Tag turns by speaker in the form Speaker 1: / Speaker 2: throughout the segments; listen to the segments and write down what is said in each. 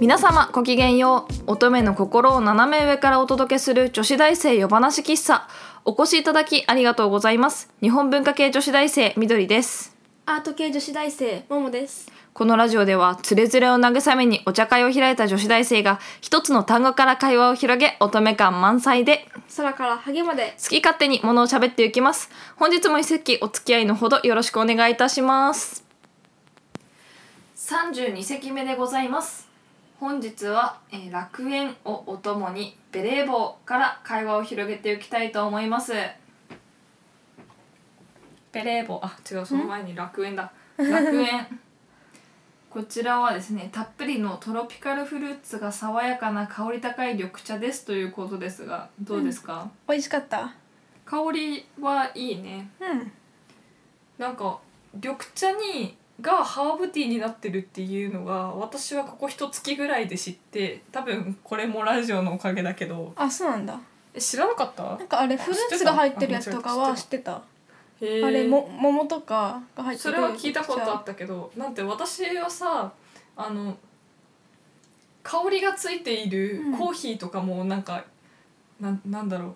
Speaker 1: 皆様ごきげんよう乙女の心を斜め上からお届けする女子大生夜話喫茶お越しいただきありがとうございます日本文化系女子大生みどりです
Speaker 2: アート系女子大生ももです
Speaker 1: このラジオではつれづれを慰めにお茶会を開いた女子大生が一つの単語から会話を広げ乙女感満載で
Speaker 2: 空からハゲまで
Speaker 1: 好き勝手にものを喋っていきます本日も一席お付き合いのほどよろしくお願いいたします32席目でございます本日は、えー楽園をお供にベレー帽から会話を広げていきたいと思いますベレー帽あ違うその前に楽園 だ楽園こちらはですねたっぷりのトロピカルフルーツが爽やかな香り高い緑茶ですということですがどうですか、
Speaker 2: 美味しかった
Speaker 1: 香りはいいね
Speaker 2: うん
Speaker 1: なんか緑茶にがハーブティーになってるっていうのが私はここ一月ぐらいで知って多分これもラジオのおかげだけど
Speaker 2: あそうなんだ
Speaker 1: え知らなかった
Speaker 2: なんかあれフルーツが入ってるやつとかは知ってた
Speaker 1: へー
Speaker 2: あれも桃とかが入って
Speaker 1: そ
Speaker 2: る
Speaker 1: れは聞いたことあったけどなんて私はさあの香りがついている
Speaker 2: うん
Speaker 1: コーヒーとかもなんか、なんなんだろ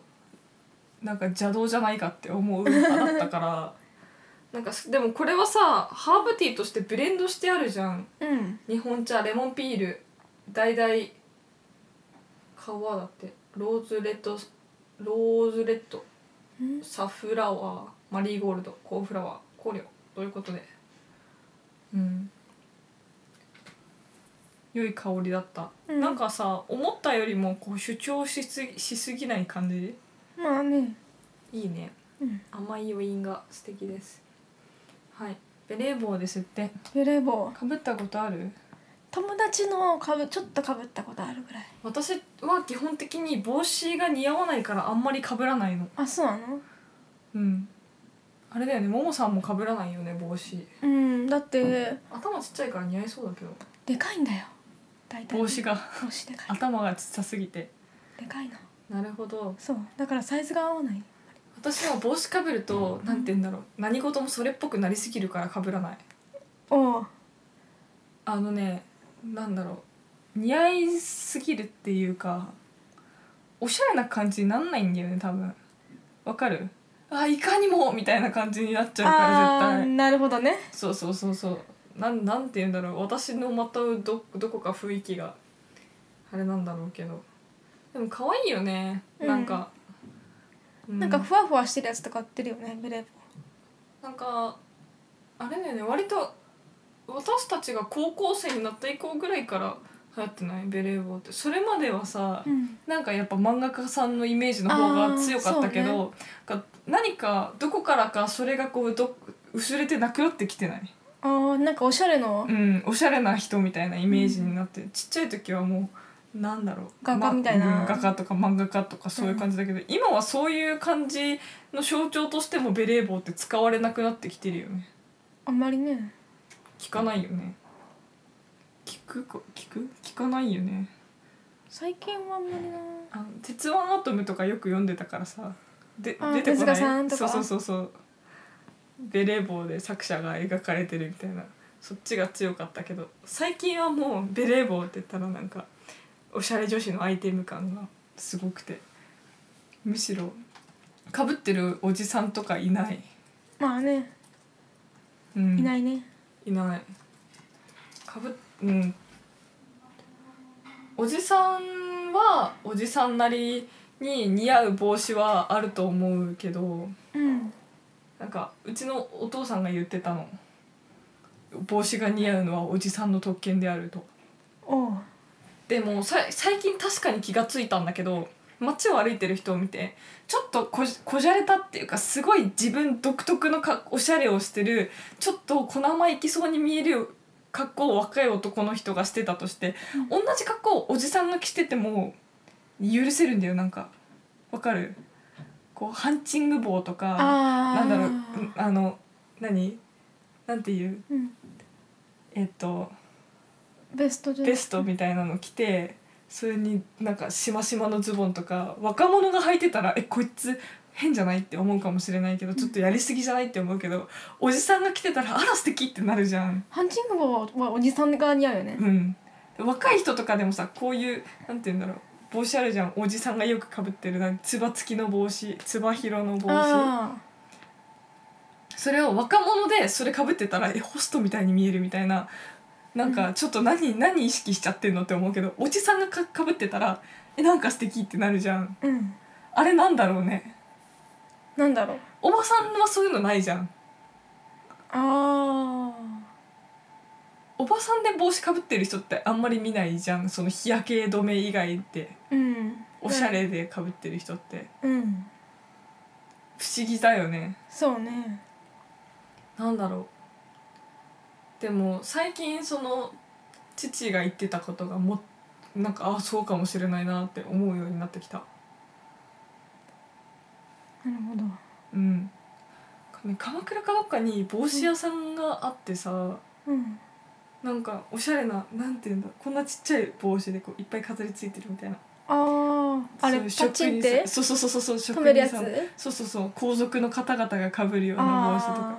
Speaker 1: うなんか邪道じゃないかって思う派だったから なんかでもこれはさハーブティーとしてブレンドしてあるじゃん
Speaker 2: うん
Speaker 1: 日本茶レモンピール大々皮だってローズレッドローズレッド
Speaker 2: うん
Speaker 1: サフラワーマリーゴールドコーンフラワー香料ということでうん良い香りだった、
Speaker 2: うん
Speaker 1: なんかさ思ったよりもこう主張しすぎしすぎない感じ
Speaker 2: まあね
Speaker 1: いいね
Speaker 2: うん
Speaker 1: 甘い余韻が素敵ですはいベレー帽ですって
Speaker 2: ベレー帽
Speaker 1: かぶったことある
Speaker 2: 友達のかぶちょっとかぶったことあるぐらい
Speaker 1: 私は基本的に帽子が似合わないからあんまりかぶらないの
Speaker 2: あそうなの
Speaker 1: うんあれだよねももさんもかぶらないよね帽子
Speaker 2: うんだって
Speaker 1: 頭ちっちゃいから似合いそうだけど
Speaker 2: でかいんだよ大体
Speaker 1: 帽子が
Speaker 2: 帽子でかい
Speaker 1: 頭がちっちゃすぎて
Speaker 2: でかいの
Speaker 1: なるほど
Speaker 2: そうだからサイズが合わない
Speaker 1: 私は帽子かぶるとなんて言うんだろう何事もそれっぽくなりすぎるからかぶらない
Speaker 2: おう
Speaker 1: あのねなんだろう似合いすぎるっていうかおしゃれな感じになんないんだよね多分わかるあいかにもみたいな感じになっちゃうから
Speaker 2: あ
Speaker 1: 絶
Speaker 2: ー
Speaker 1: 対
Speaker 2: なるほどね
Speaker 1: そうそうそうそうなんなんて言うんだろう私のまたどどこか雰囲気があれなんだろうけどでも可愛いよねなんか、う
Speaker 2: なんかふわふわしてるやつとか売ってるよねベレー
Speaker 1: なんかあれだよね割と私たちが高校生になった以降ぐらいから流行ってないベレー帽ってそれまではさ、
Speaker 2: 帽うん
Speaker 1: なんかやっぱ漫画家さんのイメージの方が強かったけ
Speaker 2: あー
Speaker 1: ど、なんか何かどこからかそれがこうど薄れてなくなってきてない、
Speaker 2: あーなんかおしゃれの
Speaker 1: うん、おしゃれな人みたいなイメージになって、ちっちゃい時はもうなんだろう
Speaker 2: 画家
Speaker 1: ま
Speaker 2: みたいな
Speaker 1: うん画家とか漫画家とかそういう感じだけど、今はそういう感じの象徴としてもベレー帽って使われなくなってきてるよね。
Speaker 2: あんまりね
Speaker 1: 聞かないよね聞くか聞く聞かないよね
Speaker 2: 最近はあんまりな
Speaker 1: あの鉄腕アトムとかよく読んでたからさで
Speaker 2: あ
Speaker 1: 出てこな
Speaker 2: 手塚さん
Speaker 1: い
Speaker 2: と
Speaker 1: そう
Speaker 2: か
Speaker 1: そうそうそうベレー帽で作者が描かれてるみたいなそっちが強かったけど最近はもうベレー帽って言ったらなんかおしゃれ女子のアイテム感がすごくてむしろかぶってるおじさんとかいない、
Speaker 2: まあね
Speaker 1: うん、
Speaker 2: いないね
Speaker 1: いないかぶうんおじさんはおじさんなりに似合う帽子はあると思うけど
Speaker 2: うん
Speaker 1: なんかうちのお父さんが言ってたの帽子が似合うのはおじさんの特権であると
Speaker 2: おう
Speaker 1: でもさ最近確かに気がついたんだけど街を歩いてる人を見てちょっとこじこじゃれたっていうかすごい自分独特のかおしゃれをしてるちょっと小生意気そうに見える格好を若い男の人がしてたとして、同じ格好をおじさんが着てても許せるんだよなんかわかるこうハンチング帽とか
Speaker 2: あ
Speaker 1: な
Speaker 2: あ
Speaker 1: んだろううんあの何なんていう
Speaker 2: うん
Speaker 1: えっと
Speaker 2: ベストじゃ
Speaker 1: ベストみたいなの着てそれになんかしましまのズボンとか若者が履いてたらえこいつ変じゃないって思うかもしれないけどちょっとやりすぎじゃないって思うけどおじさんが着てたらあら素敵ってなるじゃん。
Speaker 2: ハンチング帽はおじさんが似合うよね
Speaker 1: うん若い人とかでもさこういうなんて言うんだろう帽子あるじゃんおじさんがよくかぶってるなんつば付きの帽子つば広の帽子
Speaker 2: あ
Speaker 1: それを若者でそれかぶってたらえホストみたいに見えるみたいななん
Speaker 2: う
Speaker 1: かちょっと何,、何意識しちゃってんのって思うけどおじさんがかかぶってたらえなんか素敵ってなるじゃん
Speaker 2: ーうん
Speaker 1: あれなんだろうね
Speaker 2: なんだろう
Speaker 1: おばさんはそういうのないじゃん
Speaker 2: あ
Speaker 1: おばさんで帽子かぶってる人ってあんまり見ないじゃんその日焼け止め以外で
Speaker 2: ーうん
Speaker 1: おしゃれでかぶってる人って
Speaker 2: うん
Speaker 1: 不思議だよね
Speaker 2: そうね
Speaker 1: なんだろうでも最近その父が言ってたことがもなんかあそうかもしれないなって思うようになってきた
Speaker 2: なるほど
Speaker 1: うん鎌倉かどっかに帽子屋さんがあってさ、
Speaker 2: うん
Speaker 1: なんかおしゃれななんていうんだこんなちっちゃい帽子でこういっぱい飾りついてるみたいな
Speaker 2: あああれ
Speaker 1: そういう
Speaker 2: パチンって
Speaker 1: 職人さんそうそうそうそう
Speaker 2: 止めるやつ
Speaker 1: 職人さんそうそうそう皇族の方々がかぶるような帽子とか
Speaker 2: あ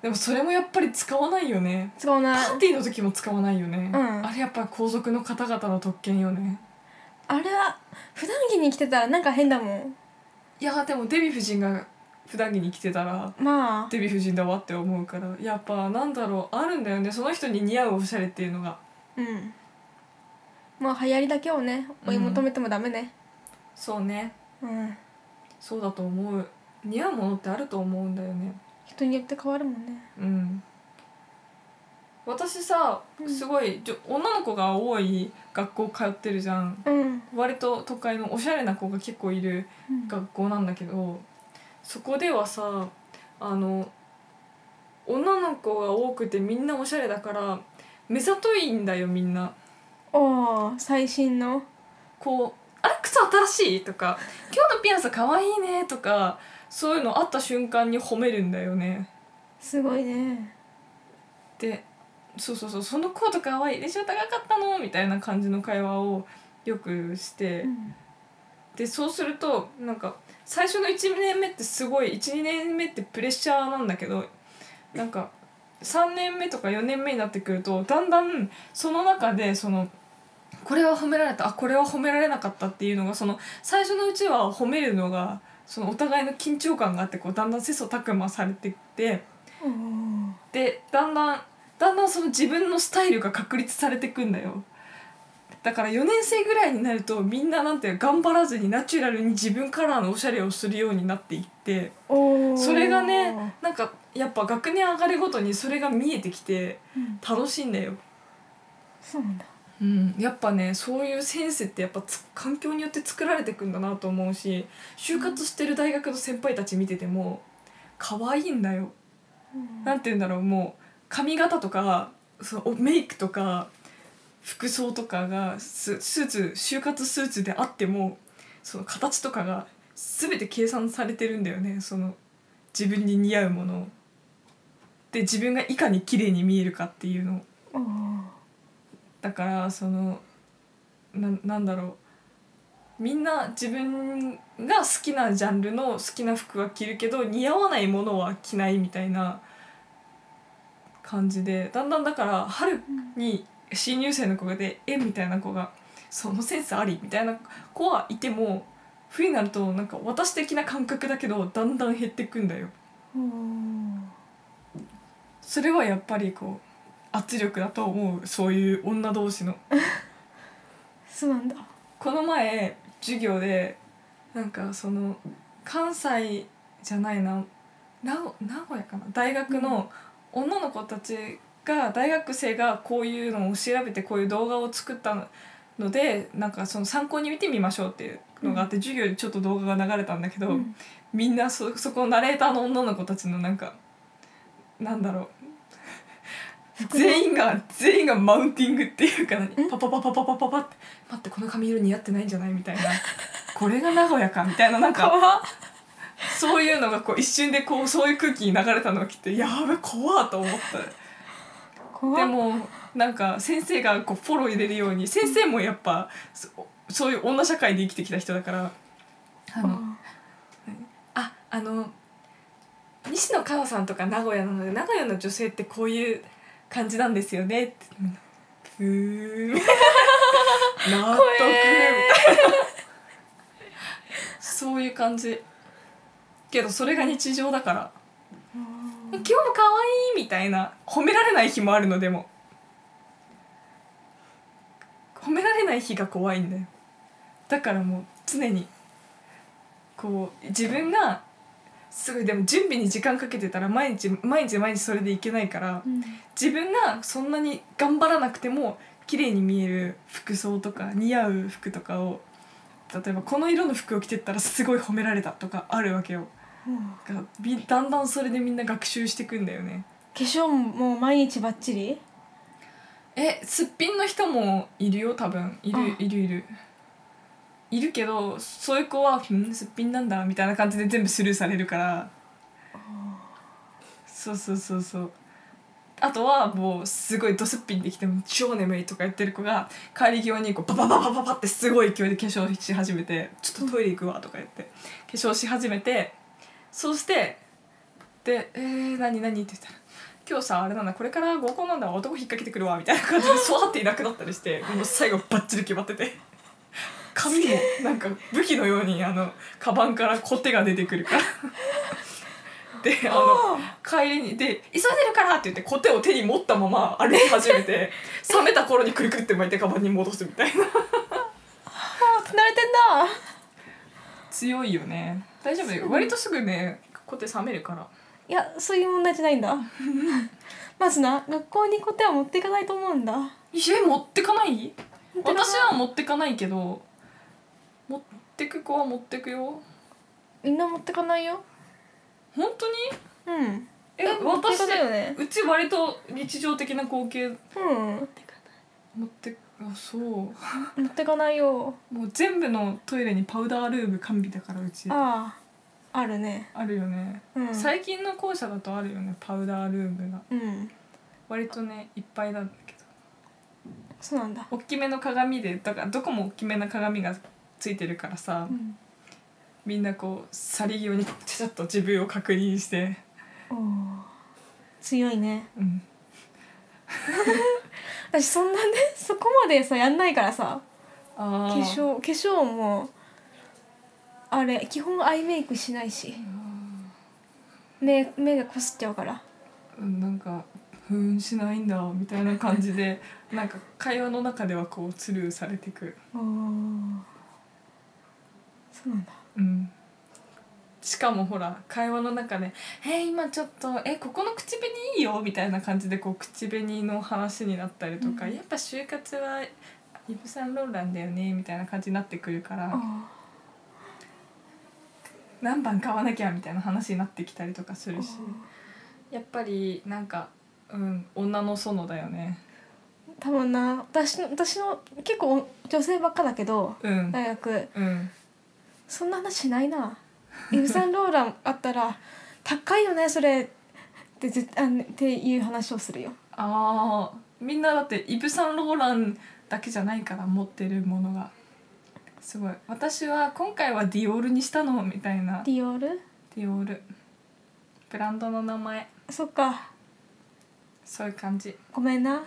Speaker 1: でもそれもやっぱり使わないよね
Speaker 2: ー使わない
Speaker 1: パーティーの時も使わないよね、
Speaker 2: うん
Speaker 1: あれやっぱり皇族の方々の特権よね
Speaker 2: あれは普段着に着てたらなんか変だもん
Speaker 1: いやでもデヴィ夫人が普段着に着てたら
Speaker 2: まあ
Speaker 1: デヴィ夫人だわって思うからやっぱなんだろうあるんだよねその人に似合うおしゃれっていうのが
Speaker 2: うんまあ流行りだけをね追い求めてもダメね
Speaker 1: そうね
Speaker 2: うん
Speaker 1: そうだと思う似合うものってあると思うんだよね
Speaker 2: 人によって変わるもんね
Speaker 1: うん私さ
Speaker 2: うん
Speaker 1: すごい、じょ女の子が多い学校通ってるじゃん
Speaker 2: うん
Speaker 1: 割と都会のおしゃれな子が結構いる学校なんだけどそこではさあの女の子が多くてみんなおしゃれだから目ざといんだよみんな
Speaker 2: おー最新の
Speaker 1: こう「あれ靴新しい?」とか「今日のピアス可愛いね」とかそういうのあった瞬間に褒めるんだよね。
Speaker 2: すごいね
Speaker 1: でそうそうそうそのコート可愛いでしょ高かったのみたいな感じの会話をよくして。
Speaker 2: うん
Speaker 1: でそうするとなんか最初の1年目ってすごい12年目ってプレッシャーなんだけどなんか3年目とか4年目になってくるとだんだんその中でそのこれは褒められたあこれは褒められなかったっていうのがその最初のうちは褒めるのがそのお互いの緊張感があってこうだんだん切磋琢磨されてって
Speaker 2: おー
Speaker 1: でだんだんだんだんその自分のスタイルが確立されてくんだよだから4年生ぐらいになるとみんななんていうか頑張らずにナチュラルに自分カラーのおしゃれをするようになっていって
Speaker 2: おー
Speaker 1: それがねなんかやっぱ学年上がるごとにそれが見えてきて
Speaker 2: うん
Speaker 1: 楽しいんだよ、
Speaker 2: そうなんだ
Speaker 1: うん、やっぱねそういうセンスってやっぱつ環境によって作られてくんだなと思うし就活してる大学の先輩たち見てても可愛いんだよ
Speaker 2: うん
Speaker 1: なんて言うんだろうもう髪型とかそのおメイクとか服装とかがススーツ就活スーツであってもその形とかが全て計算されてるんだよねその自分に似合うものをで自分がいかに綺麗に見えるかっていうのを
Speaker 2: おー
Speaker 1: だからそのななんだろうみんな自分が好きなジャンルの好きな服は着るけど似合わないものは着ないみたいな感じでだんだんだから春に新入生の子がで「えみたいな子が「そのセンスあり」みたいな子はいても冬になるとなんか私的な感覚だけどだんだん減ってくんだよ。
Speaker 2: おー
Speaker 1: それはやっぱりこう圧力だと思うそういう女同士の。
Speaker 2: そうなんだ
Speaker 1: この前授業でなんかその関西じゃないな名古名古屋かな大学の女の子たちが大学生がこういうのを調べてこういう動画を作ったのでなんかその参考に見てみましょうっていうのがあって、授業でちょっと動画が流れたんだけど、
Speaker 2: うん
Speaker 1: みんなそそこのナレーターの女の子たちのなんかなんだろう全員が全員がマウンティングっていうかパパパパパパパパって「待ってこの髪色似合ってないんじゃない?」みたいな「これが名古屋か」みたいななん
Speaker 2: か
Speaker 1: か
Speaker 2: わ
Speaker 1: そういうのがこう一瞬でこうそういう空気に流れたのをきてやべ怖っと思った
Speaker 2: 怖
Speaker 1: で
Speaker 2: っ
Speaker 1: もなんか先生がこうフォロー入れるように先生もやっぱそそういう女社会で生きてきた人だからあのああの西野カナさんとか名古屋なので名古屋の女性ってこういう感じなんですよねってみんなふ ーん納得
Speaker 2: えー
Speaker 1: そういう感じけどそれが日常だから「今
Speaker 2: あ
Speaker 1: 日も可愛いみたいな褒められない日もあるのでも褒められない日が怖いんだよだからもう常にこう自分がすごいでも準備に時間かけてたら毎日毎日毎日それでいけないから
Speaker 2: ーうん
Speaker 1: 自分がそんなに頑張らなくても綺麗に見える服装とか似合う服とかを例えばこの色の服を着てったらすごい褒められたとかあるわけよ
Speaker 2: うん
Speaker 1: がびだんだんそれでみんな学習してくんだよね
Speaker 2: 化粧ももう毎日バッチリ
Speaker 1: えすっぴんの人もいるよ多分いる
Speaker 2: あ
Speaker 1: いるいるいるけどそういう子は「うんすっぴんなんだ」みたいな感じで全部スルーされるからそうそうそうそうあとはもうすごいドすっぴんできても超眠いとか言ってる子が帰り際にこうババババババってすごい勢いで化粧し始めて「ちょっとトイレ行くわ」とか言って化粧し始めてそうしてで「えー、何何?」って言ったら「今日さあれなんだこれから合コンなんだ男引っ掛けてくるわ」みたいな感 じでそわっていなくなったりしてもう最後バッチリ決まってて髪もなんか武器のようにあのカバンからコテが出てくる から。であの帰りにで「急いでるから!」って言ってコテを手に持ったまま歩き始め て冷めた頃にくるくるって巻いてカバンに戻すみたいな
Speaker 2: あー慣れてんだ
Speaker 1: 強いよね大丈夫だよ割とすぐねコテ冷めるから
Speaker 2: いやそういう問題じゃない んだまずな学校にコテは持っていかないと思うんだ
Speaker 1: え持ってかない
Speaker 2: 持ってかない
Speaker 1: 私は持ってかないけど持ってく子は持ってくよ
Speaker 2: みんな持ってかないよ
Speaker 1: 本当に
Speaker 2: うん
Speaker 1: え
Speaker 2: 持って
Speaker 1: 私
Speaker 2: かないよね
Speaker 1: うち割と日常的な光景
Speaker 2: うん
Speaker 1: 持ってあそう
Speaker 2: 持ってかないよ
Speaker 1: もう全部のトイレにパウダールーム完備だからうちあ
Speaker 2: あああるね
Speaker 1: るよね
Speaker 2: うん
Speaker 1: 最近の校舎だとあるよねパウダールームが
Speaker 2: うん
Speaker 1: 割とねいっぱいなんだけど
Speaker 2: そうなんだ
Speaker 1: 大きめの鏡でだからどこも大きめな鏡がついてるからさ、
Speaker 2: うん
Speaker 1: みんなこう去り際にちゃちゃっと自分を確認して
Speaker 2: おー強いね
Speaker 1: うん
Speaker 2: 私そんなね そこまでさやんないからさ
Speaker 1: あ
Speaker 2: 化
Speaker 1: ー
Speaker 2: 粧化粧もあれ基本アイメイクしないし目目がこすっちゃうから
Speaker 1: うんなんかふーんしないんだみたいな感じ でなんか会話の中ではこうスルーされてく
Speaker 2: おーそうなんだ
Speaker 1: うんしかもほら会話の中で「えー今ちょっとえここの口紅いいよ」みたいな感じでこう口紅の話になったりとか「
Speaker 2: うん
Speaker 1: やっぱ就活はイブ・サンローランだよね」みたいな感じになってくるから
Speaker 2: あ
Speaker 1: 何番買わなきゃみたいな話になってきたりとかす
Speaker 2: ー
Speaker 1: るしやっぱりなんか、うん、女の園だよね。
Speaker 2: 多分な私の私の結構女性ばっかだけど
Speaker 1: うん、
Speaker 2: 大学
Speaker 1: うん
Speaker 2: そんな話しないなイブ・サンローランあったら「高いよねそれ」って絶あのっていう話をするよ
Speaker 1: あーみんなだってイブ・サンローランだけじゃないから持ってるものがすごい私は今回はディオールにしたのみたいな
Speaker 2: ディオール
Speaker 1: ディオールブランドの名前
Speaker 2: そっか
Speaker 1: そういう感じ
Speaker 2: ごめんな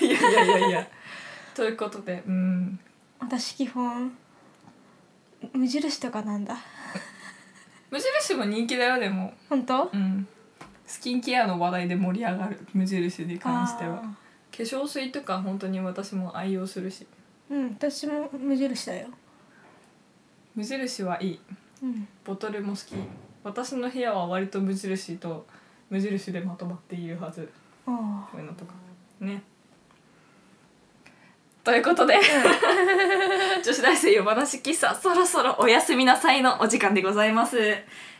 Speaker 2: い
Speaker 1: やいやいやいや ということでうん
Speaker 2: 私基本無印とかなんだ
Speaker 1: 無印も人気だよでも
Speaker 2: 本当
Speaker 1: うんスキンケアの話題で盛り上がる無印に関しては
Speaker 2: あ
Speaker 1: 化粧水とか本当に私も愛用するし
Speaker 2: ーうん私も無印だよ
Speaker 1: 無印はいい
Speaker 2: うん
Speaker 1: ボトルも好き私の部屋は割と無印と無印でまとまっているはず
Speaker 2: あ
Speaker 1: こういうのとかねということで 女子大生夜話喫茶そろそろおやすみなさいのお時間でございます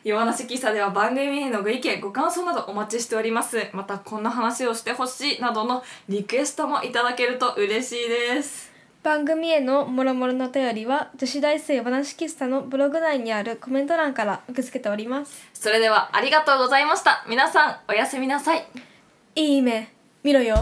Speaker 1: 夜話喫茶では番組へのご意見ご感想などお待ちしておりますまたこんな話をしてほしいなどのリクエストもいただけると嬉しいです
Speaker 2: 番組へのもろもろのお便りは女子大生話喫茶のブログ内にあるコメント欄から受け付けております
Speaker 1: それではありがとうございました皆さんおやすみなさい
Speaker 2: いい夢見ろよ